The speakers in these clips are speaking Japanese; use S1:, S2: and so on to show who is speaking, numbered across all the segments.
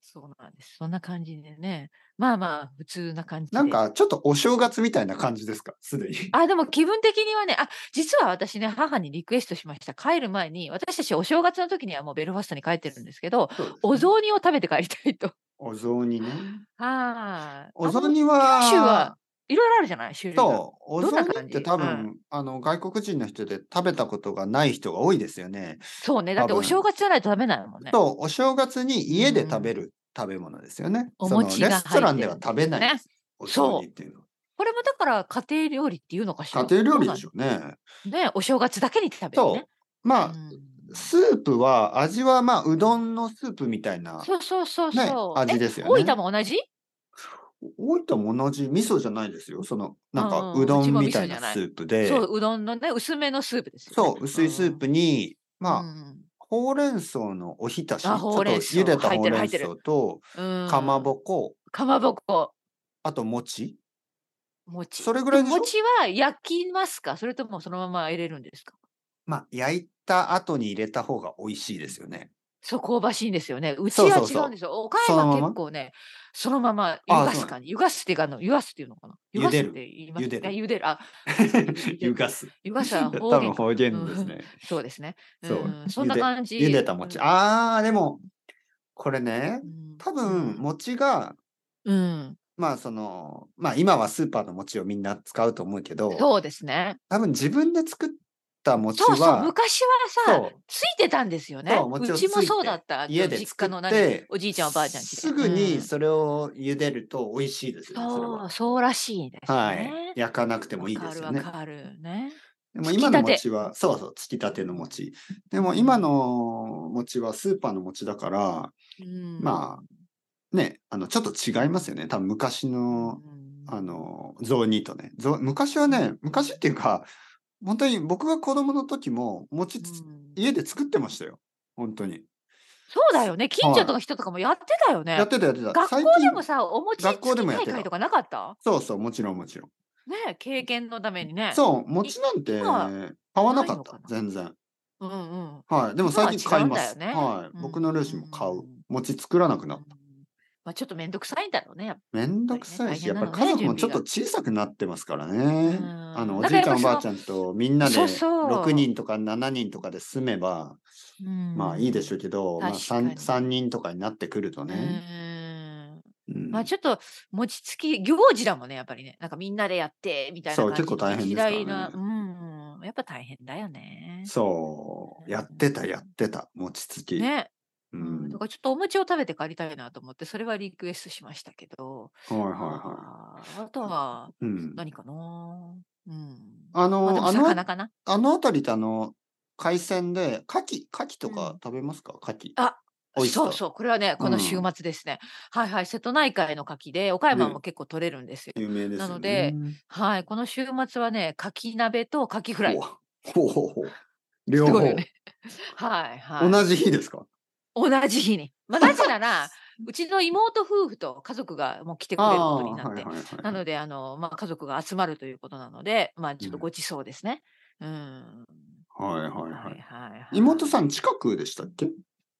S1: そうなんです。そんな感じでね。まあまあ、普通な感じ
S2: なん
S1: で。
S2: か、ちょっとお正月みたいな感じですかすでに。
S1: あ、でも気分的にはね、あ、実は私ね、母にリクエストしました。帰る前に、私たちお正月の時にはもうベルファストに帰ってるんですけど、
S2: そうです
S1: お
S2: ね。
S1: 雑煮を食べて帰りたいと。
S2: お雑煮ね。
S1: はい。
S2: お
S1: あ
S2: 雑
S1: の、九
S2: 煮
S1: 州は
S2: は、
S1: いろいろあるじゃない種類が。
S2: そう、お
S1: どんな
S2: 雑煮っ
S1: 感
S2: て
S1: じ
S2: 多
S1: うん。
S2: 分、あの、外国人の人で食べたことがない人が多いですよね。
S1: そうね。だっ
S2: 多
S1: てお正
S2: 分。
S1: 月じゃないと食べないもんね。
S2: そう、お正月に
S1: う
S2: 家で食べ
S1: ん。
S2: る食べ物ですよね。
S1: お
S2: その、
S1: 餅
S2: レ
S1: が
S2: スト
S1: 入っ
S2: ラン
S1: て
S2: で
S1: る
S2: は
S1: んで
S2: 食
S1: す
S2: べ
S1: よ
S2: ないで
S1: ね。
S2: す。お雑煮
S1: そ
S2: っ
S1: う。
S2: ていうのは。
S1: これもだから家庭料理っていうのかし
S2: 家
S1: ら。
S2: 庭料
S1: どう
S2: 理で
S1: なん
S2: しょうね。
S1: ね、お正月だけに食べるね。
S2: そう。ま
S1: う
S2: あ、
S1: ん。
S2: スープは、味はまあ、うどんのスープみたいな、
S1: そうそうそう
S2: ね、
S1: そう。え、
S2: 味ですよ
S1: 大分
S2: ね。
S1: も同じ
S2: 大分も同じ味噌じゃないですよ。その、
S1: う
S2: なんか、
S1: んう、
S2: うん
S1: う
S2: ど
S1: ち
S2: ん
S1: も
S2: み
S1: 味
S2: たい
S1: 噌じ
S2: な
S1: ゃな
S2: ス
S1: い。
S2: ープ
S1: そう、
S2: で、
S1: うどんのね、薄めのスープですよ
S2: そ
S1: ね。
S2: う、
S1: う
S2: 薄いスー
S1: ん。
S2: プに、
S1: う
S2: まあ、
S1: ん。
S2: ほうれん草のおひた
S1: あ、
S2: し、ち
S1: ほ
S2: ょ
S1: う
S2: っ
S1: れん
S2: と
S1: 草。
S2: 茹でた
S1: 入っ
S2: ほ
S1: てる、
S2: うれ
S1: 入っ
S2: ん
S1: てる。
S2: 草と、
S1: う
S2: かま
S1: ん。
S2: ぼこ、
S1: かまぼこ、
S2: あと餅。そ
S1: 餅。
S2: れぐ
S1: で
S2: らい
S1: も
S2: でしょ
S1: 餅は焼きますかそれともそのまま入れるんですか
S2: まあ、焼いた後に入れた方が美味しいです よね。
S1: そう、香ばしいんですよね。う
S2: そ
S1: ち
S2: う
S1: は
S2: そう
S1: 違うんで
S2: そ
S1: すよ。岡
S2: う。そ
S1: 山
S2: のま
S1: 結
S2: ま
S1: 構ね、そのまま湯
S2: ああ、
S1: が
S2: そ
S1: す
S2: うなん
S1: か
S2: だ。
S1: ね。湯がすっていうか、あの、湯がすっていうのかな。湯
S2: 茹
S1: が
S2: です
S1: っ
S2: る。
S1: て言いま
S2: 茹
S1: す
S2: で
S1: ね。
S2: る。
S1: 茹でる。あ、そうそうそう、茹で
S2: 湯
S1: る。
S2: がす。
S1: 湯がす は方
S2: 多分
S1: 言か。
S2: 方
S1: う
S2: 言です
S1: ん、
S2: ね。
S1: そうですね。う
S2: そう。
S1: ん、そん
S2: 茹
S1: な
S2: で、
S1: 感
S2: 茹で
S1: じ。
S2: た
S1: う
S2: 餅。
S1: ん、
S2: ああ、で
S1: う
S2: も、
S1: ん、
S2: これね、
S1: うん、
S2: 多
S1: う
S2: 分、
S1: ん。
S2: 餅が、
S1: うん
S2: まあ、その、まあ、今はスーパーの餅をみんな使うと思うけど、
S1: そうですね。
S2: 多分自分で作った
S1: そ
S2: 餅
S1: うそう、
S2: は、
S1: 昔はさ、
S2: そう、
S1: ついてたんですよ
S2: そう、
S1: ね。う
S2: 餅を
S1: ちも
S2: つい
S1: そうだ
S2: て、
S1: った。あ
S2: 家
S1: の、
S2: で
S1: 実
S2: 作
S1: 家
S2: っ
S1: の何、
S2: て、
S1: おじいちゃん、おばあちゃん家で。
S2: すぐ
S1: う
S2: に
S1: ん。
S2: それを茹でると美味しいですよね、それ
S1: そ
S2: は。
S1: う、そうらしいです
S2: はい。
S1: ね。
S2: 焼かなくても
S1: わ
S2: いいで
S1: か
S2: す
S1: る
S2: よ
S1: わ
S2: ね。
S1: かるね。
S2: でも
S1: つ
S2: 今
S1: き
S2: の
S1: たて。
S2: 餅は、そうそう、つきたての餅。で
S1: う
S2: も今
S1: ん。
S2: の餅はスーパーの餅だから、
S1: うん。
S2: まあね、あの、ちょっと違いますよね。多分昔
S1: う
S2: の、あ
S1: ん。
S2: の、雑煮とね。雑昔は
S1: う。
S2: ね、昔っていうんか、本当に僕が子供の時も餅
S1: う
S2: つ
S1: ん
S2: 家で作ってましたよ。本当に。
S1: そうだよね。近所
S2: は
S1: の人とかもやってたよ
S2: い。や
S1: ね。
S2: ってたやってた。
S1: 学校
S2: 最近、
S1: でもさ、お餅
S2: 学
S1: つ
S2: 校で
S1: き
S2: もやっ
S1: 大
S2: て
S1: 会と
S2: た。
S1: かなかった
S2: そうそう、もちろんもちろん。
S1: ねえ、経験のためにね。
S2: そう、
S1: い
S2: 餅なん
S1: 今は
S2: て買わな
S1: ない
S2: かっ
S1: の
S2: た。
S1: かな
S2: 全然。
S1: うんうん。
S2: はい。でも
S1: 今
S2: 最
S1: は
S2: 近
S1: 違
S2: 買い
S1: うん
S2: ま
S1: だよ
S2: す。
S1: ね。
S2: はい。
S1: う
S2: 僕の両親も買う。
S1: ん。
S2: 餅作らなく
S1: う
S2: なっ
S1: ん
S2: た。
S1: まあ、ちょっとめんどくさいんだろうね。やっ
S2: めんど
S1: ぱ
S2: く
S1: りね。
S2: さい
S1: 大
S2: し、
S1: 変
S2: やっ
S1: な
S2: ぱ
S1: のね、
S2: り家族
S1: 準
S2: もち
S1: 備
S2: ょっと
S1: が。
S2: 小さくなってますから
S1: う
S2: ね。あの、
S1: ん。
S2: お
S1: だか
S2: じい
S1: らやっぱ
S2: ちゃんお
S1: そ
S2: ばあ
S1: の、
S2: ちゃんとみんな
S1: そう
S2: で6
S1: そ
S2: 人とか7人とかで住めば、
S1: う。う
S2: まあいいでしょ
S1: ん。
S2: うけど、ま
S1: 確
S2: あ 3,
S1: かに。
S2: 3人とかになってくると
S1: う
S2: ね。
S1: ーん。
S2: う
S1: まあ
S2: ん。
S1: ちょっと餅つき行事だもんね、やっぱりね。なんかみんなでやってみたいな
S2: そう、結
S1: 感じ
S2: 構大
S1: の
S2: 変
S1: 時
S2: ですか
S1: 代な、
S2: らね。
S1: うん、やっぱ大変だよね。
S2: そう、やってた、やってた、餅つ
S1: うん
S2: き。
S1: ね。
S2: う
S1: うん、だ
S2: ん。
S1: からちょっとお餅を食べて帰りたいなと思って、それはリクエストしましたけど、
S2: はいはいはい。
S1: あーあとは
S2: うん。
S1: 何かなうん。
S2: あ
S1: まあで
S2: の、
S1: も
S2: あの、
S1: 魚かな
S2: あのあたりってあの、海鮮で、牡蠣、牡蠣
S1: う
S2: とか
S1: ん。
S2: 食べますか牡蠣。
S1: あ、
S2: オイス
S1: そ
S2: タ
S1: う
S2: ー。
S1: そう、これはね、
S2: う
S1: この週
S2: ん。
S1: 末ですね。はいはい、瀬戸内海の牡蠣で、岡山
S2: ね、
S1: も結構取れるんですよ。
S2: 有名で
S1: な
S2: すよ
S1: ので、
S2: ね。
S1: はい、この週末はね、牡蠣鍋と牡蠣フラ
S2: ほ
S1: イ。
S2: わ。ほうほうほう。
S1: す
S2: 両
S1: ごいよ
S2: 方。
S1: ね。 はいはい。
S2: 同じ日ですか
S1: 同じ日 に。まあ、なぜなら、うちの妹夫婦と家族がもう来て
S2: あ
S1: くれることに
S2: あ、
S1: なっ
S2: はい
S1: て、
S2: はいは
S1: な
S2: いは
S1: の
S2: い。
S1: で、あの、まあ、家族が集まるということなので、まあ、
S2: う
S1: ちょっと
S2: ん、
S1: ごちそうですね。うん。
S2: はいはい
S1: は
S2: はいい。
S1: はい
S2: 妹
S1: は
S2: さ
S1: い。
S2: ん近くでしたっけ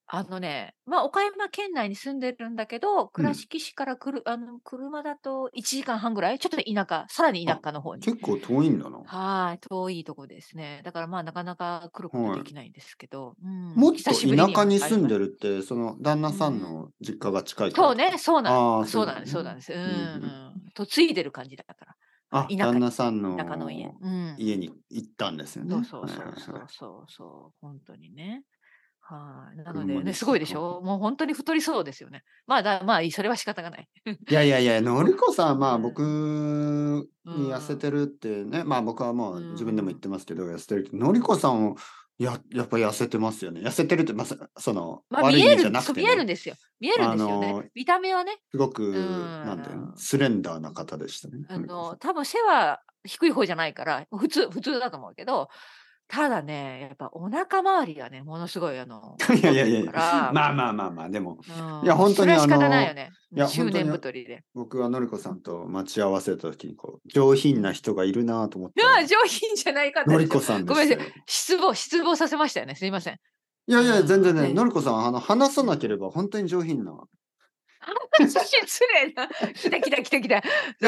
S1: あのね、まあ、岡山県内に住んでるんだけど、
S2: う
S1: 倉
S2: ん。
S1: 敷市からくる、あの、車だと1時間半ぐらい、ちょっと田舎、さらに田
S2: あ、
S1: 舎の方に。
S2: 結構遠いんだな。
S1: はい、遠いとこですね。だからまあ、なかなか来ることで
S2: は
S1: き
S2: い。
S1: ないんですけど、うん、
S2: もっ
S1: 久
S2: と
S1: しぶり
S2: 田
S1: に
S2: 舎
S1: は
S2: に
S1: 会い
S2: 住ん
S1: ま
S2: で
S1: し
S2: るって、その旦那
S1: た。う
S2: さん
S1: ん。
S2: の実家が近いから
S1: そう
S2: です
S1: ね、
S2: か
S1: そうなん、
S2: ああー、そ
S1: そう
S2: ういうこ
S1: なん
S2: と
S1: です、
S2: ね。
S1: そうなんです。う
S2: うんう
S1: ん、
S2: ん
S1: うん。嫁いでる感じだから。あ
S2: あ、
S1: 田舎
S2: 旦
S1: に、
S2: 那さん
S1: 田舎の家。
S2: の
S1: うん。
S2: 家に行ったんですよ
S1: そう
S2: ね。
S1: そう
S2: はいはい
S1: そうそ
S2: はい。
S1: うそうそう、本当にね。はい。なの
S2: 車
S1: でね、
S2: ですす
S1: ごいでし
S2: か。
S1: ょもう本当に太りそうですよね。まあだ、まあいい、それは仕方がない。
S2: いやいやいや、のりこさん、まあ
S1: うん。う
S2: 僕に痩せ
S1: ん。
S2: てるってね、まあ僕はも
S1: う
S2: う自分でも言っ
S1: ん。
S2: てますけど、痩せてるって、のりこさんもや、やっぱ痩せてますよね。痩せてるって、まさ、その
S1: まあ
S2: 悪
S1: 見
S2: い意
S1: え
S2: 味じゃ
S1: る、
S2: なく
S1: そう
S2: て
S1: 見えるん
S2: ね、
S1: ですよ。見えるん
S2: あ
S1: ですよね。
S2: の、
S1: 見た目はね。
S2: すご
S1: う
S2: く、なんだよね、
S1: ん。
S2: スレンダーな方でしたね、
S1: あ
S2: のりこさ
S1: の、多分背は低い方じゃないから、普通、普通だと思うけど、ただね、やっぱお腹周りがね、ものすごい、あの、
S2: ん。
S1: 太っ
S2: いやいや
S1: て
S2: いや
S1: る
S2: いや、
S1: から、
S2: まあまあまあまあ、でも、い
S1: う
S2: や、
S1: ん、
S2: 本当
S1: そ
S2: に
S1: れは
S2: あ
S1: 仕方ないよ
S2: の、
S1: ね。う
S2: い
S1: ん
S2: や、
S1: 中
S2: 本当
S1: 年
S2: に
S1: 太りで。
S2: 僕はのりこさんと待ち合わせた時に、こう、上
S1: う。
S2: 品なん人がいるなと思っ
S1: い
S2: たら、
S1: や、上品じゃないかった
S2: の
S1: で
S2: り
S1: しょ。
S2: こさんで
S1: ごめ
S2: し
S1: ん
S2: た
S1: なさい。
S2: よ。
S1: 失望、失望させました よね。すいません。
S2: いや
S1: う
S2: いや、全然
S1: ん。
S2: ね、
S1: ね。
S2: のりこさん、あの、話
S1: う
S2: さなけれ
S1: ん。
S2: ば本当に上品な。
S1: 失礼な。来た来た来た来た。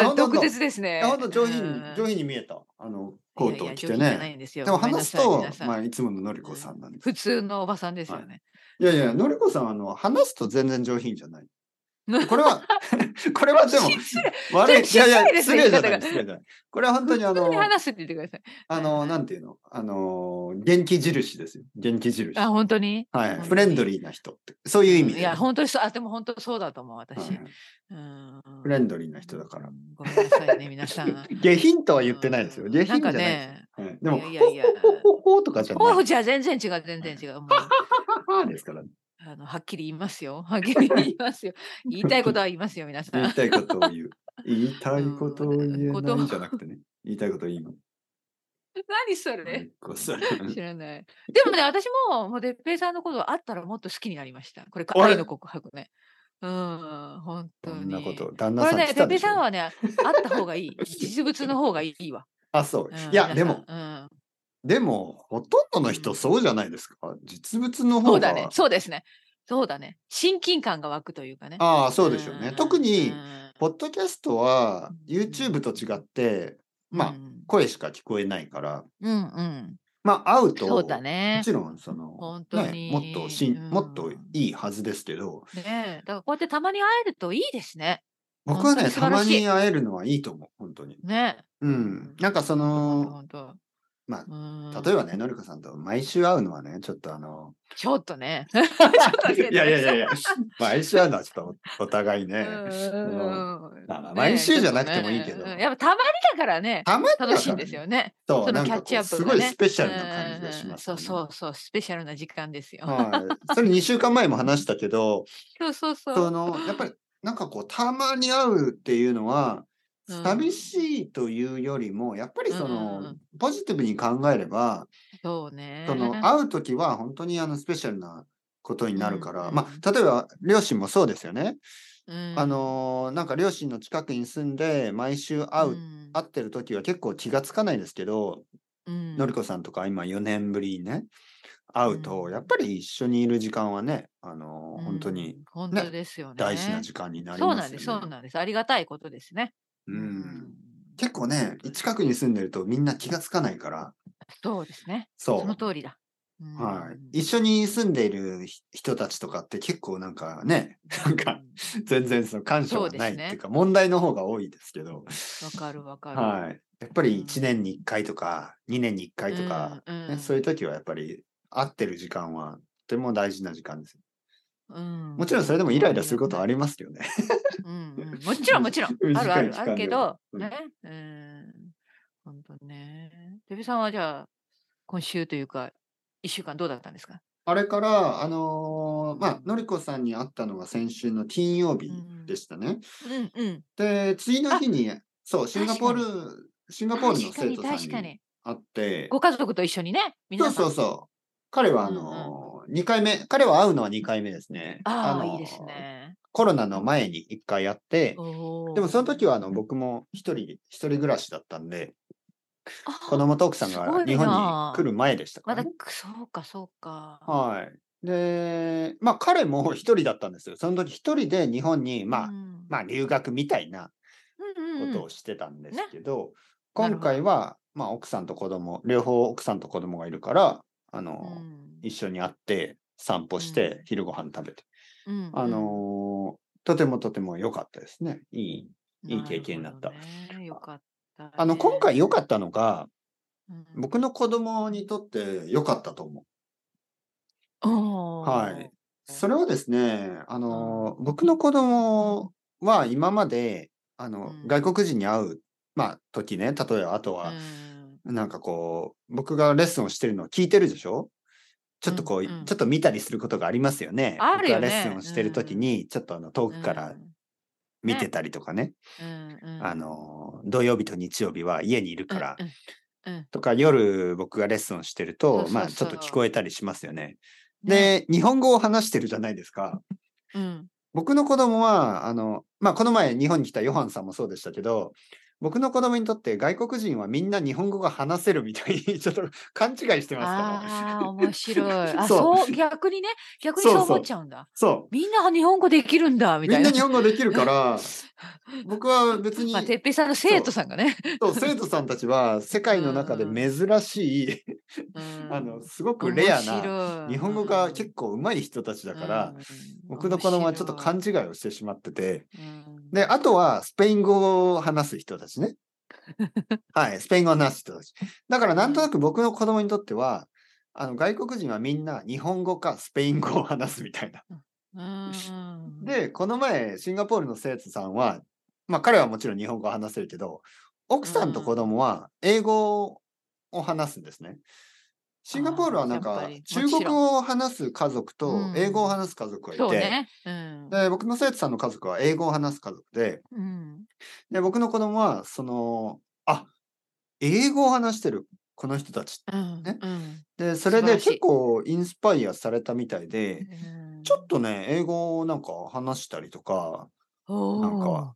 S2: やほんとほんと
S1: 毒舌ですね。
S2: ほんと上品に、
S1: うん
S2: 上品に見えた。あの、コートを着て
S1: いやいや上品じゃない
S2: ね。
S1: んですよ
S2: でも話す
S1: ご
S2: と
S1: めんなさ、い皆
S2: ま
S1: さん
S2: あ、いつもののりこさんなんです。
S1: 普通のおばさんですよね。
S2: いやいや、のりこさん、あの、話すと全然上品じゃない。これは、これはでも、
S1: 失礼
S2: 悪い。い
S1: それ
S2: やいや
S1: 失礼、ですね
S2: 失礼じゃな
S1: 言い方が
S2: い、失礼じゃない。これは本当にあ
S1: 普通に
S2: の、
S1: 話すって言ってください。
S2: あ
S1: は
S2: の、
S1: い
S2: なんていうのあの、元気印ですよ。元気印。
S1: あ、
S2: は
S1: 本当に
S2: い。
S1: 当に
S2: フレンドリーな人って。そういう意味で。
S1: いや、本当にそう。あ、でも本当そうだと思う、私。
S2: はい
S1: うん
S2: フレンドリーな人だから。。
S1: ごめんなさいね、皆さん。
S2: 下品 とは言ってないですよ。
S1: うん
S2: 下品じ
S1: んか
S2: ゃないです。
S1: ね、
S2: はいでも、
S1: いやいやいや
S2: ほほほほほとかじゃない。
S1: オフじゃ全然違う、全然違う。もう
S2: ははですからね。
S1: あのはっきり言いますよ。はっきり言いますよ。言いたいことは言いますよ、皆さ
S2: 言い
S1: ん。
S2: たいことを言う。言いたいことを言え
S1: うん
S2: な
S1: 言葉
S2: いじゃなくてね。言いたいことを言うの。
S1: 何そ れ
S2: 結構さ
S1: 知らない。でもね、私も、もう、哲平さんのことあったらもっと好きになりました。これ、
S2: あれ
S1: 愛の告白ね。うん、本当
S2: そ
S1: に。
S2: んなこと、旦
S1: こ
S2: 那
S1: れ
S2: さん
S1: ね、
S2: 来
S1: 哲
S2: たで
S1: 平
S2: しょ
S1: さんはね、あった方がいい。実物の方がいいわ。。
S2: あ、そううんい
S1: 皆さ
S2: や、
S1: ん
S2: でも、
S1: うん
S2: でも、ほとんどの人そうじゃないですか。実物の
S1: そ
S2: 方
S1: うだね
S2: が。。
S1: そうですね。そうだね。親近感が湧くというかね。
S2: ああ、そうでしょう
S1: う
S2: ね
S1: ん。
S2: 特に
S1: う、ん
S2: ポッドキャストは、
S1: うん
S2: YouTube と違って、まあ
S1: う、ん
S2: 声しか聞こえないから、
S1: うんうん。
S2: まあ、会うと、
S1: そうだね
S2: も。ちろん、その、
S1: 本当
S2: ね
S1: に
S2: もっとしん、
S1: うん
S2: もっといいはずですけど、
S1: ねえだからこうやってたまに会えるといいですね。
S2: 僕
S1: 本
S2: は
S1: 当
S2: ね、
S1: に素
S2: た
S1: 晴
S2: ま
S1: らしい
S2: に会えるのはいいと思う、本当に。
S1: ねえ。
S2: うん。なんかその、
S1: 本当
S2: ま
S1: 本当
S2: 例えばね、のりこさんと毎週会うのはね、ちょっとあの、
S1: ちょっとね。
S2: いやいやいやいや、毎週会うのはちょっとお互いね、
S1: うん
S2: まあまあ毎週じゃなくてもいいけ
S1: ねえちょっ
S2: ど
S1: とねうんやっぱたまにだからね、
S2: たまにだから
S1: 楽しいんですよね。
S2: そ
S1: そ
S2: う
S1: の
S2: なん
S1: キ
S2: か
S1: ャ
S2: こ
S1: ッ
S2: う
S1: チアップ
S2: す
S1: が
S2: ご
S1: ね。
S2: いスペシャルな感じがします、
S1: うんうんうんそううそうそう、スペシャルな時間ですよ。
S2: はい、それ2週間前も話したけど、
S1: そうそうそ。
S2: そうのやっぱりなんかこうたまに会うっていうのは
S1: うん
S2: 寂しいというよりも、やっぱりその、
S1: うんうんうん
S2: ポジティブに考えれば、
S1: そうね。
S2: その会う時は本当にあのスペシャルなことになるから、
S1: うんうん
S2: まあ例えば両親もそうですよね、
S1: うん
S2: あのーなんか両親の近くに住んで毎週会う、
S1: ん
S2: 会ってる時は結構気がつかないですけど、
S1: うん
S2: のりこさんとか今4年ぶりにね会うと、
S1: うん
S2: やっぱり一緒にいる時間はね、あのー本当
S1: う
S2: に
S1: ん本当ですよね。
S2: 大事な時間になり
S1: そう
S2: ま
S1: なん
S2: すよ
S1: で
S2: ね。
S1: す、そうなんです。ありがたいことですね。
S2: うん結構ね近くに住んでるとみんな気がつかないから
S1: そうですね。
S2: そ
S1: そうの。通りだ。うん
S2: はい、一緒に住んでいるひ人たちとかって結構なんかねなんか全然その感謝はないっていうか問題の方が多いですけど、
S1: わかるわかる。
S2: はい、やっぱり1年に1回とか2年に1回とか、
S1: うん
S2: ねそういう時はやっぱり会ってる時間はとても大事な時間です。も
S1: も
S2: ちろんそれでもイライラすることはあ
S1: る。
S2: りますよね。
S1: うんうんもちろんもちろん。
S2: 短い
S1: あるある
S2: 時間
S1: あ
S2: で
S1: るけど、
S2: うん
S1: ね。うん。本当ね。デビさんはじゃあ、今週というか、一週間どうだったんですか
S2: あれから、あのーまあ、のりこさんに会ったのが先週の金曜日でしたね。
S1: うんうん。
S2: で、次の日に、そう、シンガポー
S1: 確
S2: ル、シンガポールの
S1: 確か
S2: 生
S1: に
S2: 徒さん
S1: 確か
S2: に
S1: に。
S2: 会って、
S1: ご家族と一緒にね、皆
S2: そ
S1: さ
S2: うんそうそう。彼は、あ
S1: うんうん
S2: のー、2回目、彼は会うのは2回目ですね。
S1: あ
S2: の
S1: あ、
S2: ー
S1: いいですね。
S2: コロナの前に1回会って、で
S1: で
S2: もその時はあの僕も一人、一人暮らしだったんで、子供と奥さん
S1: すご
S2: が
S1: いな
S2: 日本に来る前でしたか
S1: ま
S2: ら
S1: だ
S2: ね、
S1: くそうかそうか。
S2: はい。で、まあ彼も一人だったんですよ。その時一人で日本に、まあ、
S1: うん
S2: まあ留学みたいな
S1: うんうん
S2: こ
S1: うん
S2: とをしてたんです
S1: ね
S2: けど、
S1: なる
S2: 今
S1: ほど
S2: 回は、まあ奥さんと子供、両方奥さんと子供がいるから、あの、
S1: うん
S2: 一緒に会って散歩して昼ご飯食べて、
S1: うんうん
S2: あのーとてもとても良かったですね。いい。いい経験になった
S1: るほどねよかったね、
S2: あの、今回良かったのが、
S1: うん、
S2: 僕の子供にとって良かったと思う。
S1: おー
S2: はい。それはですね、あの、僕の子供は今まで、あの、
S1: うん
S2: 外国人に会う、まあ、時ね、例えば、あとは
S1: う、ん
S2: なんかこう、僕がレッスンをしてるのを聞いてるでしょちょっとこう、
S1: うんうん
S2: ちょっと見たりすることがありますよね。
S1: あるよね
S2: 僕がレッスンをしてる時に、ちょっとあの遠くから見てたりとかね、
S1: うんうん
S2: あの、土曜日と日曜日は家にいるから、
S1: うんうんうん
S2: とか夜僕がレッスンをしてると、
S1: そうそう
S2: まあちょっと
S1: そう
S2: 聞こえたりしますよね。
S1: ね
S2: で、日本語を話してるじゃないですか。
S1: うん
S2: 僕の子供は、あの、まあこの前日本に来たヨハンさんもそうでしたけど、僕の子供にとって外国人はみんな日本語が話せるみたいに ちょっと勘違いしてますから。
S1: ああ、面 白い。あ、
S2: そう
S1: そう、逆にね、逆に
S2: そう
S1: そう
S2: そう
S1: 思っちゃうんだ。
S2: そう。
S1: みんな日本語できるんだ、み
S2: み
S1: たい
S2: ん
S1: な。
S2: な日本語できるから、僕は別に
S1: まあ、、てっぺいさんの生徒さんがね。
S2: そう生徒さんたちは世界の中で珍しい、
S1: うん
S2: あの、すごくレアな、
S1: な
S2: 日本語が結構上手い人たちだから、、僕の子供はちょっと
S1: 感
S2: 勘違いをしてしまってて、
S1: じ
S2: で、あとはスペイン語を話す人 たちね。はい、スペイン語を話す人たち。だからなんとなく僕の子供にとっては、あの外国人はみんな日本語かスペイン語を話すみたいな。で、この前、シンガポールの生徒さんは、まあ彼はもちろん日本語を話せるけど、奥さんと子供は英語を話すんですね。シンガポールはなん
S1: あーやっ
S2: か
S1: ぱりもち
S2: 中
S1: ろん
S2: 国語を話す家族と
S1: うん
S2: 英語を話す家族がいて、
S1: そうね。うん
S2: で僕の生徒さんの家族は英語を話す家族で、
S1: うん
S2: で、僕の子供は、その、あ英語を話してる、この人たち。
S1: うん
S2: ね
S1: うん
S2: で、そ
S1: 素
S2: れ
S1: 晴
S2: で
S1: らしい
S2: 結構インスパイアされたみたいで、
S1: うん
S2: ちょっとね、英語をなんか話したりとか、なんか、
S1: おー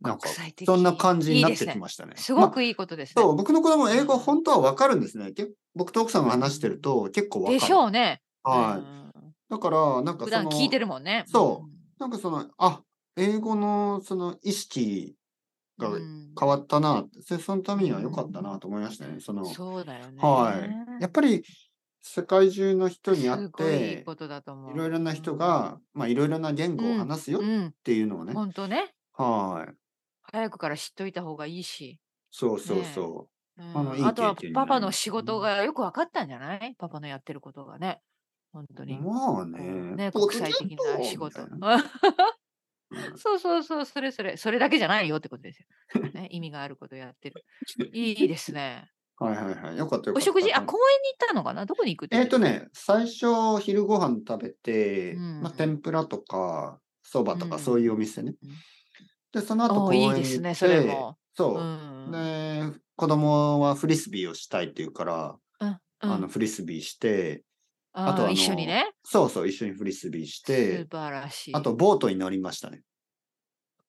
S2: なんか
S1: 国際、的
S2: そんな感じになっ
S1: いいで
S2: て
S1: すね
S2: きましたね。
S1: すご
S2: まあ
S1: くいいことですね。
S2: そう、僕の子供、英語本当はわかるんですね。け僕と奥さんが話してると結構わかる。
S1: でしょうね。
S2: はい。
S1: い。
S2: だから、なん
S1: 普
S2: かそ
S1: 段
S2: の、
S1: 聞いてるもんね。
S2: そなんかその、あ、英語のその意識が
S1: うん
S2: 変わったな、そそのためには良かったなと思いましたね。その、
S1: そうだよね。
S2: はい。やっぱり世界中の人に会っ
S1: すごいい
S2: て
S1: い、ことだと思う。
S2: いろいろな人が、まあいろいろな言語を話すよ
S1: う
S2: っ
S1: ん、
S2: ていうのをね。
S1: 本当ね。
S2: はい。
S1: 早くから知っといた方がいいし。
S2: そうそうそう。
S1: うん
S2: あのいい
S1: あとは
S2: 経験になり
S1: パパの
S2: ます
S1: 仕事がよく分かったんじゃないパパのやってることがね。本当に。
S2: まあ
S1: こう
S2: ね。
S1: ね
S2: ポッ
S1: 国
S2: ド
S1: 際
S2: キャスト
S1: 的な仕事
S2: みたい。なうん
S1: そうそうそう、それそれ、それだけじゃないよってことですよ。ね、意味があることやってる。いいですね。
S2: はいはいはい。よかったよかった。
S1: お食事、あ、公園に行ったのかなどこに行くって
S2: えっとね、最初昼ご飯食べて、
S1: うん
S2: まあ天ぷらとか、そばとか
S1: うん
S2: そういうお店ね
S1: うん。
S2: で、その後
S1: お
S2: 公
S1: ーい
S2: 園
S1: い
S2: 行って、
S1: ですね、それも。
S2: そうう。
S1: ん。
S2: で、子供はフリスビーをしたいっていうから、
S1: うん
S2: あ
S1: う
S2: の
S1: ん
S2: フリスビーして、
S1: あ
S2: あと
S1: ー
S2: あの
S1: 一緒にね。
S2: そうそう、一緒にフリスビーし
S1: 素
S2: て、
S1: 晴らしい。
S2: あと、ボートに乗りましたね。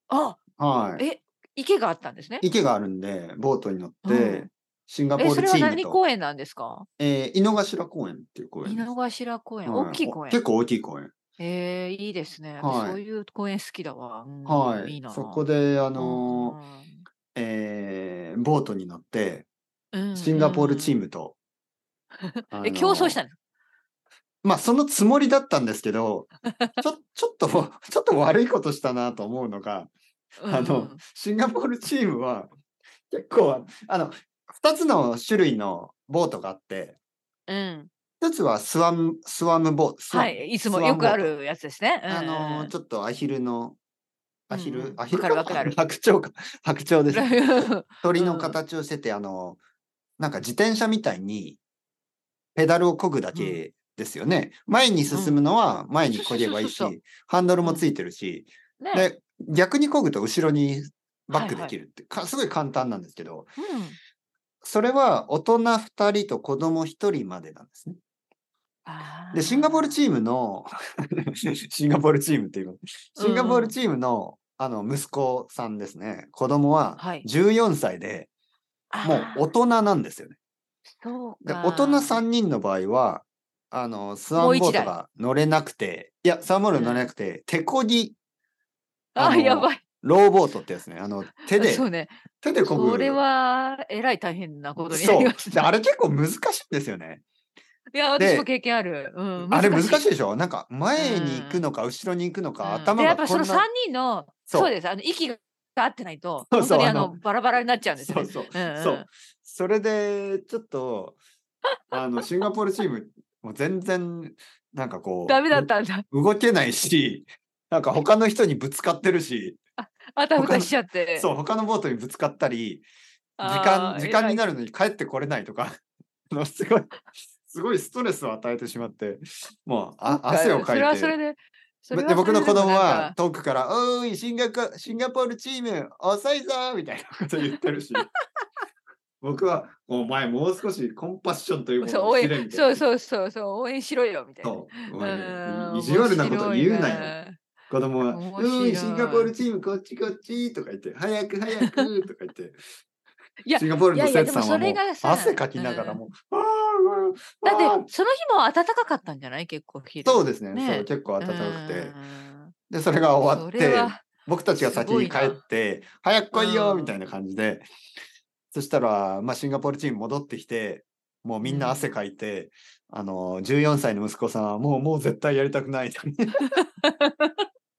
S1: あ、
S2: はい。
S1: え、池があったんですね。
S2: 池があるんで、ボートに乗って、
S1: うん
S2: シンガポ
S1: え、
S2: ー
S1: そ
S2: ル
S1: れ
S2: チ
S1: は
S2: ーム
S1: 何
S2: と、
S1: 公園なんですか
S2: えー井の頭公園っていう公園
S1: 井
S2: です。
S1: の頭公園、
S2: は
S1: 大きい公園。
S2: 結構大きい公園。
S1: えー、いいですね。
S2: はい
S1: そういう公園好きだわ。うん
S2: はい。
S1: いいな。
S2: そこで、あ
S1: あ
S2: のーえーボートに乗って、シンガポールチームと。あ
S1: え、
S2: の
S1: 競争したんです
S2: まあ、そのつもりだったんですけど、ちょちょっと、ちょっと悪いことしたなと思うのが、あ
S1: うん
S2: の、シンガポールチームは、結構、あの、2つの種類のボートがあって、
S1: うんうん。
S2: 1つはスワム、スワムボート。スワ
S1: は
S2: ム
S1: い、いつもよくあるやつですね。
S2: あ
S1: うんう
S2: の、
S1: ん
S2: ちょっとアヒルの、アヒ
S1: うん
S2: ル
S1: う、ん
S2: アヒル
S1: わかるわかる
S2: 白鳥か。白鳥ですね。鳥の
S1: うん
S2: 形をしてて、あの、なんか自転車みたいに、ペダルを漕ぐだけですよね。前に進むのは前に漕げばいいし
S1: そうそうそうそ、
S2: ハンドルもついてるし、
S1: ね
S2: で、逆に漕ぐと後ろにバッ
S1: はい
S2: クで
S1: はい
S2: きるって、かすごい簡単なんですけど、
S1: うん
S2: それは大人2人と子供1人までなんですね。
S1: あ
S2: で、シンガポールチー ムの、シンガポールチームっていう、シンガポールチームの、あの、息子さんですね。子供は
S1: はい
S2: 14歳で、
S1: ー
S2: もう大人なんですよね。
S1: そう
S2: で
S1: か
S2: 大人3人の場合は、あの、スワン
S1: も
S2: ボ
S1: う
S2: ー
S1: 一
S2: ト
S1: 台
S2: が乗れなくて、いや、スワンボート乗れなくて、手こぎ、
S1: あ
S2: あの
S1: やばい。
S2: ローボートってやつね。あの、手で、
S1: そうね。
S2: 手でこぐ。
S1: これは、えらい大変なことにな
S2: そ
S1: り
S2: う
S1: ます。
S2: で
S1: ね。
S2: あれ結構難しいんですよね。
S1: いや、
S2: で
S1: 私も経験ある。うん、
S2: あれ難しい
S1: い。
S2: でしょなんか、前に行くのか、後ろに行くのか、
S1: うん
S2: 頭
S1: でや
S2: が
S1: っぱそ
S2: こんな。
S1: の3人の、
S2: そう
S1: そうです。あの、息が合ってないと、
S2: そう
S1: 本
S2: そう
S1: 当にあ
S2: あ
S1: の
S2: の、
S1: バラバラになっちゃうんですよ
S2: そう
S1: ね。
S2: そう。
S1: うんうん
S2: そう。それで、ちょっと、あの、シンガポールチーム、もう全然、なんかこう、
S1: ダメだったん だ。
S2: う動けないし、なんか他の人にぶつかってるし、
S1: あたふたしちゃって。
S2: そう、他のボートにぶつかったり、時
S1: あ
S2: 間、
S1: ー
S2: 時間
S1: 偉
S2: に
S1: い
S2: なるのに帰ってこれないとか、 あのすごい、すごいストレスを与えてしまって、もう、あ汗をか
S1: そ
S2: い
S1: れはそれ
S2: て。
S1: で。それ
S2: で
S1: はそれ
S2: 僕の子供
S1: なん
S2: は
S1: か
S2: 遠くから「おーいシンガカシンガポールチーム遅いぞ!」みたいなこと言って るし僕は「お前もう少しコンパッションというも
S1: そう
S2: の
S1: 応
S2: を知れ」
S1: 援
S2: みたい
S1: そ
S2: な
S1: うそうそうそう応援しろよみたいな。
S2: そうお前
S1: うん
S2: 意地悪なこと言
S1: 面
S2: うなよ。
S1: 白いね
S2: 子供は、
S1: 面
S2: う
S1: 白
S2: ん、
S1: い
S2: シンガポールチームこっちこっちとか言って、早く早くとか言って。
S1: いや
S2: シンガポール
S1: い
S2: の
S1: やいや
S2: 生徒さんはも
S1: で
S2: う
S1: もそれがさ
S2: 汗かきながらもう、あー
S1: だ
S2: あー、あー
S1: って、その日も暖かかったんじゃない結構昼。
S2: そうですね
S1: ね
S2: そう、結構暖かくて。
S1: うん
S2: で、それが終わっ
S1: それ
S2: て、
S1: は
S2: 僕たちが先に帰って、早く来いよみたいな感じで、そしたら、まあ、シンガポールチーム戻ってきて、もうみんな汗かいて、あの、14歳の息子さんはもう、もう絶対やりたくない。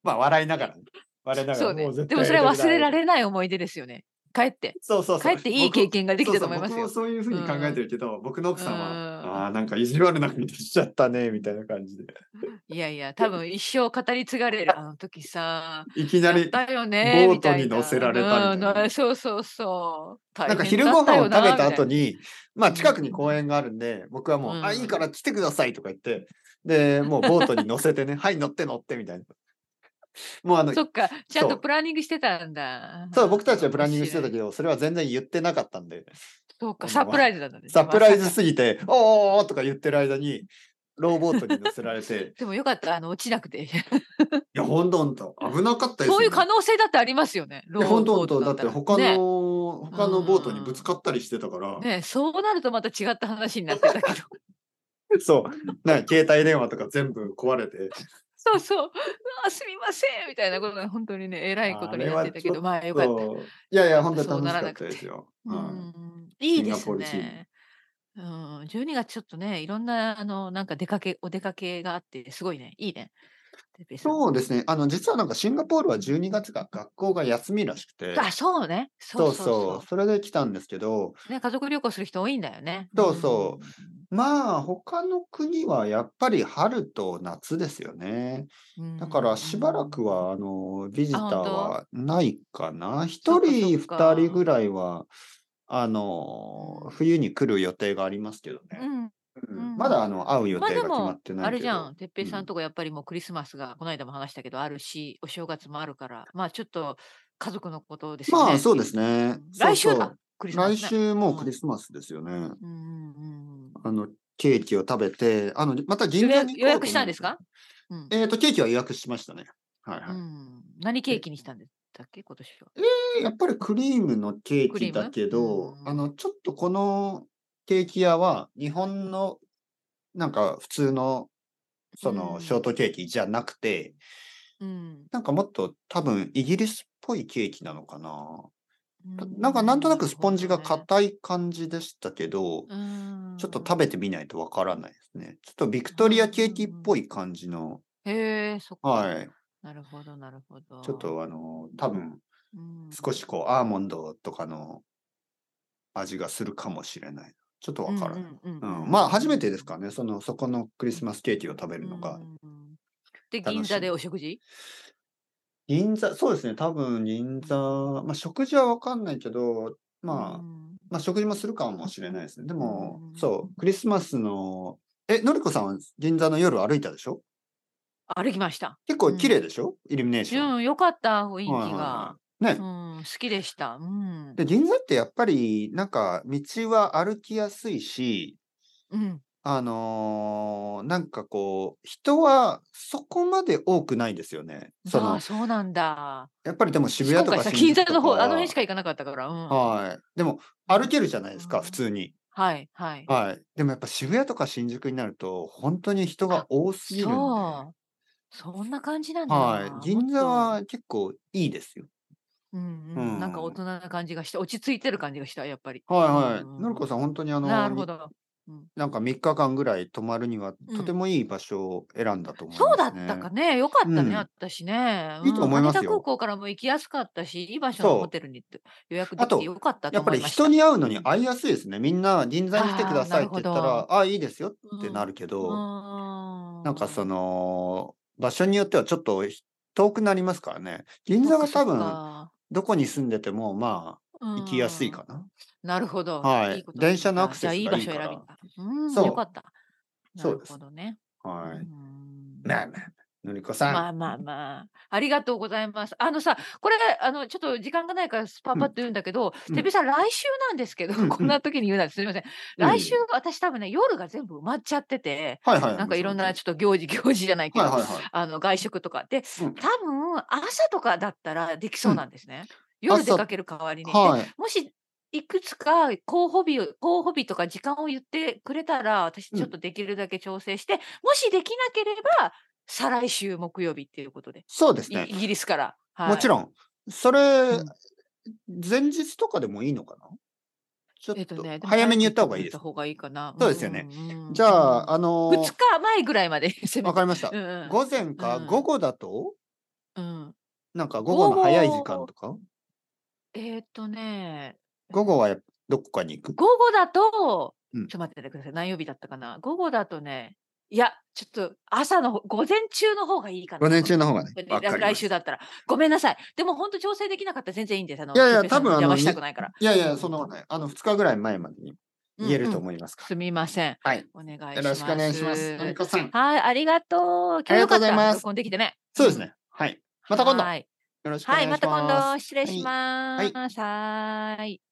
S2: まあ、笑いながらね、笑いなが
S1: そ
S2: ら、
S1: うね
S2: もう絶対
S1: でもそれは忘れら
S2: る。
S1: れない思い出ですよね。帰って。
S2: そうそうそ
S1: 帰
S2: う。
S1: っていい
S2: 僕も
S1: 経験ができたと思いますよ。
S2: そうそう僕もそういうふうに考えてるけど、僕の奥さん
S1: うん
S2: は、ああー、なんか意地悪な感じしちゃったね、みたいな感じで。
S1: いやいや、多分一生語り継がれる。あの時さ、
S2: いき
S1: や
S2: な
S1: っ
S2: り、
S1: たよね。
S2: ボー
S1: み
S2: ト
S1: た
S2: に
S1: いな
S2: 乗せられたみたいな
S1: うんそうそうそう。
S2: なん
S1: 大
S2: か
S1: 変
S2: 昼
S1: だ
S2: ご
S1: った
S2: 飯
S1: よ
S2: を食
S1: な
S2: べた後
S1: み
S2: に、まあ
S1: うん
S2: 近くに公園があるんで、僕はもう、
S1: うん
S2: あ、いいから来てくださいとか言って、で、もうボートに乗 せてね、はい、乗って乗ってみたいな。もうあ
S1: た
S2: の、
S1: いなそ
S2: そ
S1: っか、ちゃん
S2: そ
S1: と
S2: う
S1: プランニングしてたんだ。
S2: う、僕たちはプランニングしてた
S1: ど。
S2: けど、それは全然言ってなかったんで、
S1: そうか、
S2: あの
S1: サプライズだったんだね。
S2: サプライズ
S1: まさか、
S2: すぎて、おーおーとか言ってる間に、ローボートに乗せられて
S1: でもよかった、あの、落ちなくて。
S2: いや、ほんとほんと、危なかったですよ、ね。
S1: そういう可能性だってありますよね。
S2: いやほんとほんと、だ
S1: ロー
S2: っ
S1: ボ
S2: て
S1: ート
S2: 他の、
S1: だったらね
S2: 他のボートにぶつかったりしてたから、
S1: ねそうなるとまた違った話になってたけど。
S2: そう、なんか携帯電話とか全部壊れて、
S1: そうそう。あ、すみませんみたいなことが本当にね、えらいことになってたけど、まあよかった。
S2: そういやいや、本当に
S1: そう
S2: 楽し
S1: なら
S2: かっ
S1: な
S2: た
S1: くて
S2: ですよ。
S1: う
S2: はい
S1: ん、いいで
S2: シンガポ
S1: す
S2: ールチーム
S1: ね。うん、12月ちょっとね、いろんな、あの、なんか出かけ、お出かけがあって、すごいね、いいね。てっぺいさん
S2: そうですね。あの、実はなんかシンガポールは12月が学校が休みらしくて。
S1: あ、そうね。そ
S2: そうう
S1: そ
S2: そうう
S1: そう
S2: それで来たんですけど、
S1: ね。家族旅行する人多いんだよね。
S2: そうそ
S1: うん
S2: まあ、他の国はやっぱり春と夏ですよね。だからしばらく、は、あの、ビジター
S1: あ本当
S2: はないかな。
S1: そ
S2: 一
S1: っか
S2: 人、
S1: そっか
S2: 二人ぐらいは、あの
S1: うん、
S2: 冬に来る予定がありますけど
S1: う
S2: ね。
S1: ん、
S2: うん
S1: うん
S2: まだ、あの、会う予
S1: まあ
S2: 定
S1: で
S2: が決ま
S1: も
S2: ってないけど。
S1: あれじゃん、てっぺいさ
S2: うんん
S1: とこやっぱりもうクリスマスがこの間も話したけどあるし、お正月もあるから、まあちょっと家族のことですよね。
S2: まあ、そうですね
S1: うん。来週
S2: そうそう
S1: あクリスマス、ね。
S2: 来週もうクリスマスですよね。
S1: うんうんうん
S2: あの、ケーキを食べて、あの、また銀
S1: 予
S2: 座
S1: 約
S2: に行
S1: 予約
S2: こうと思って
S1: したんですか、うん
S2: えっ、と、ケーキは予約しましたね。はいはい。
S1: うん、何ケーキにしたんだっけ今年は。
S2: でやっぱりクリームのケーキだけ
S1: クリー
S2: ど
S1: ム、うん
S2: あの、ちょっとこのケーキ屋は日本の、なんか普通の、そ
S1: う
S2: の
S1: ん
S2: ショートケーキじゃなくて、
S1: うん
S2: なんかもっと多分イギリスっぽいケーキなのかな。なんかなんとなくスポンジが硬い感じでしたけど、ちょっと食べてみないとわからないですね。ちょっとビクトリアケーキっぽい感じの、
S1: べへえ、そっか。
S2: はい。
S1: なるほど、なるほど。
S2: ちょっ、とあの、多分
S1: うん、
S2: 少しこう、アーモンドとかの味がするかもしれない。ちょっとわからない。
S1: うんうん
S2: う
S1: うん
S2: ん、まあ、初めてですからね、その、そこのクリスマスケーキを食べるのが。
S1: うんで、
S2: 楽しみ
S1: 銀座でお食事
S2: 銀座、そうですね、多分銀座、まあ、食事はわかんないけど、まあ、まあ、食事もするかもしれないですね。でも
S1: う、ん
S2: そう、クリスマスの、え、のりこさんは銀座の夜歩いたでしょ
S1: あ、歩きました。
S2: 結構綺麗でしょ、イルミネーション。
S1: うん、よかった、雰囲気
S2: はいはい
S1: が
S2: は。いね、
S1: うん、好きでした。うん。
S2: で銀座ってやっぱりなんか道は歩きやすいし、
S1: うん。
S2: あのーなんかこう人はそこまで多くないんですよね。そ
S1: あ
S2: の
S1: あ、そうなんだ。
S2: やっぱりでも渋谷と
S1: 今回
S2: か
S1: さ
S2: 新
S1: 銀
S2: 宿
S1: 座
S2: とか
S1: の方、
S2: は
S1: あの辺しか行かなかったから。うん。は
S2: はい。でも歩けるじゃないですか、
S1: うん
S2: 普通に。
S1: い、はい。
S2: はい。でもやっぱ渋谷とか新宿になると本当に人が多すぎるんで。は
S1: そう。そんな感じなんだな。
S2: い。
S1: も
S2: 銀座
S1: っと、
S2: は結構いいですよ。
S1: うんうん、なんか
S2: うん
S1: 大人な感じがして、落ち着いてる感じがした、やっぱり。
S2: はいうは
S1: ん
S2: い。のりこさん本当にあの
S1: なるほど。
S2: なんか3日間ぐらい泊まるには、
S1: うん
S2: とてもいい場所を選んだと思います、ね
S1: そうだったかね。よかった
S2: うん
S1: ね、私ね。
S2: いいと
S1: うん
S2: 思いますよ
S1: 羽田空港からも行きやすかったし、いい場所の
S2: そう
S1: ホテルに予約で
S2: あ
S1: き
S2: と
S1: てよかったと
S2: やっぱ
S1: 思
S2: り
S1: いました。
S2: 人に会うのに会いやすいですね。みんな銀座に来てくださいって言った
S1: あーなる
S2: ら、ああ、いいですよって
S1: うん
S2: なるけど、
S1: な
S2: なんかそ
S1: の、
S2: の、場所によってはちょっと遠くなりますからね。銀座は多分、どこに住んでても、ま
S1: 分
S2: あ、行きやすいかな。
S1: なるほど。
S2: はい
S1: ことだ
S2: 電車のアクセスが
S1: じゃあいい場所選びだ。うん、
S2: そう
S1: よかった。
S2: そうです
S1: なるほどね。
S2: はい。
S1: うん
S2: まあまあ。のりこさん。
S1: まあまあまあ。ありがとうございます。あのさ、これ、あの、ちょっと時間がないからスパパッと言うんだけど、
S2: うん
S1: てっぺいさん、来週なんですけど、
S2: うんうん
S1: こんな時に言うなんてすみません。
S2: うん
S1: 来週、私多分ね、夜が全部埋まっちゃってて、
S2: はいはい。
S1: なんかいろんな
S2: はい
S1: ちょっと行事、行事じゃないけど、
S2: はいはい。
S1: あの、外食とか。で、
S2: うん
S1: 多分、朝とかだったらできそうなんですね。夜
S2: 朝
S1: 出かける代わりに。で
S2: はい。
S1: もし、いくつか候補日を、候補日とか時間を言ってくれたら、私
S2: うん
S1: ちょっとできるだけ調整して、もしできなければ、再来週木曜日っていうことで、
S2: そうです
S1: い
S2: ね
S1: イ。ギリスから。はい、
S2: もちろん。それ、
S1: ん
S2: 前日とかでもいいのかなちょ
S1: え
S2: っ
S1: っと
S2: と
S1: ね、でも
S2: 早めに言った方がいいです
S1: 早。く言った方がいいかな。
S2: そうですよね
S1: うんうんうん。
S2: じゃあ、あの
S1: 2
S2: ー
S1: 日前ぐらいまで 攻め
S2: わ
S1: て。
S2: かりました
S1: う。んうん
S2: 午前か
S1: うん
S2: 午後だと、
S1: うん
S2: なんか午後の早い時間とか
S1: えーっとね、
S2: 午後はやどこかに行く
S1: 午後だと、
S2: うん
S1: ちょっと待っててください。何曜日だったかな。午後だとね、いや、ちょっと朝の方、午前中の方がいいかな。
S2: 午前中の方がね。わかり
S1: 来
S2: ました
S1: 来週だったら。ごめんなさい。でも本当調整できなかったら全然いいんです。あの
S2: いやいや
S1: 哲平さん
S2: 多分あの
S1: 邪魔したくないから。
S2: いやいや、そんなことない。あの、2日ぐらい前までに言えると
S1: うんうん
S2: 思いますから。
S1: すみません。
S2: はい。
S1: お願いします。
S2: よろしくお願いします。のりこさん。
S1: はい、ありがとう。
S2: ありがとうござい
S1: 今日よかった
S2: ます
S1: 録音できてね。
S2: そうですね。はい。また今度。
S1: は
S2: よ
S1: い
S2: ろしくお
S1: は
S2: 願い
S1: い、
S2: しま。
S1: ますた今度失礼
S2: はい
S1: します。はーい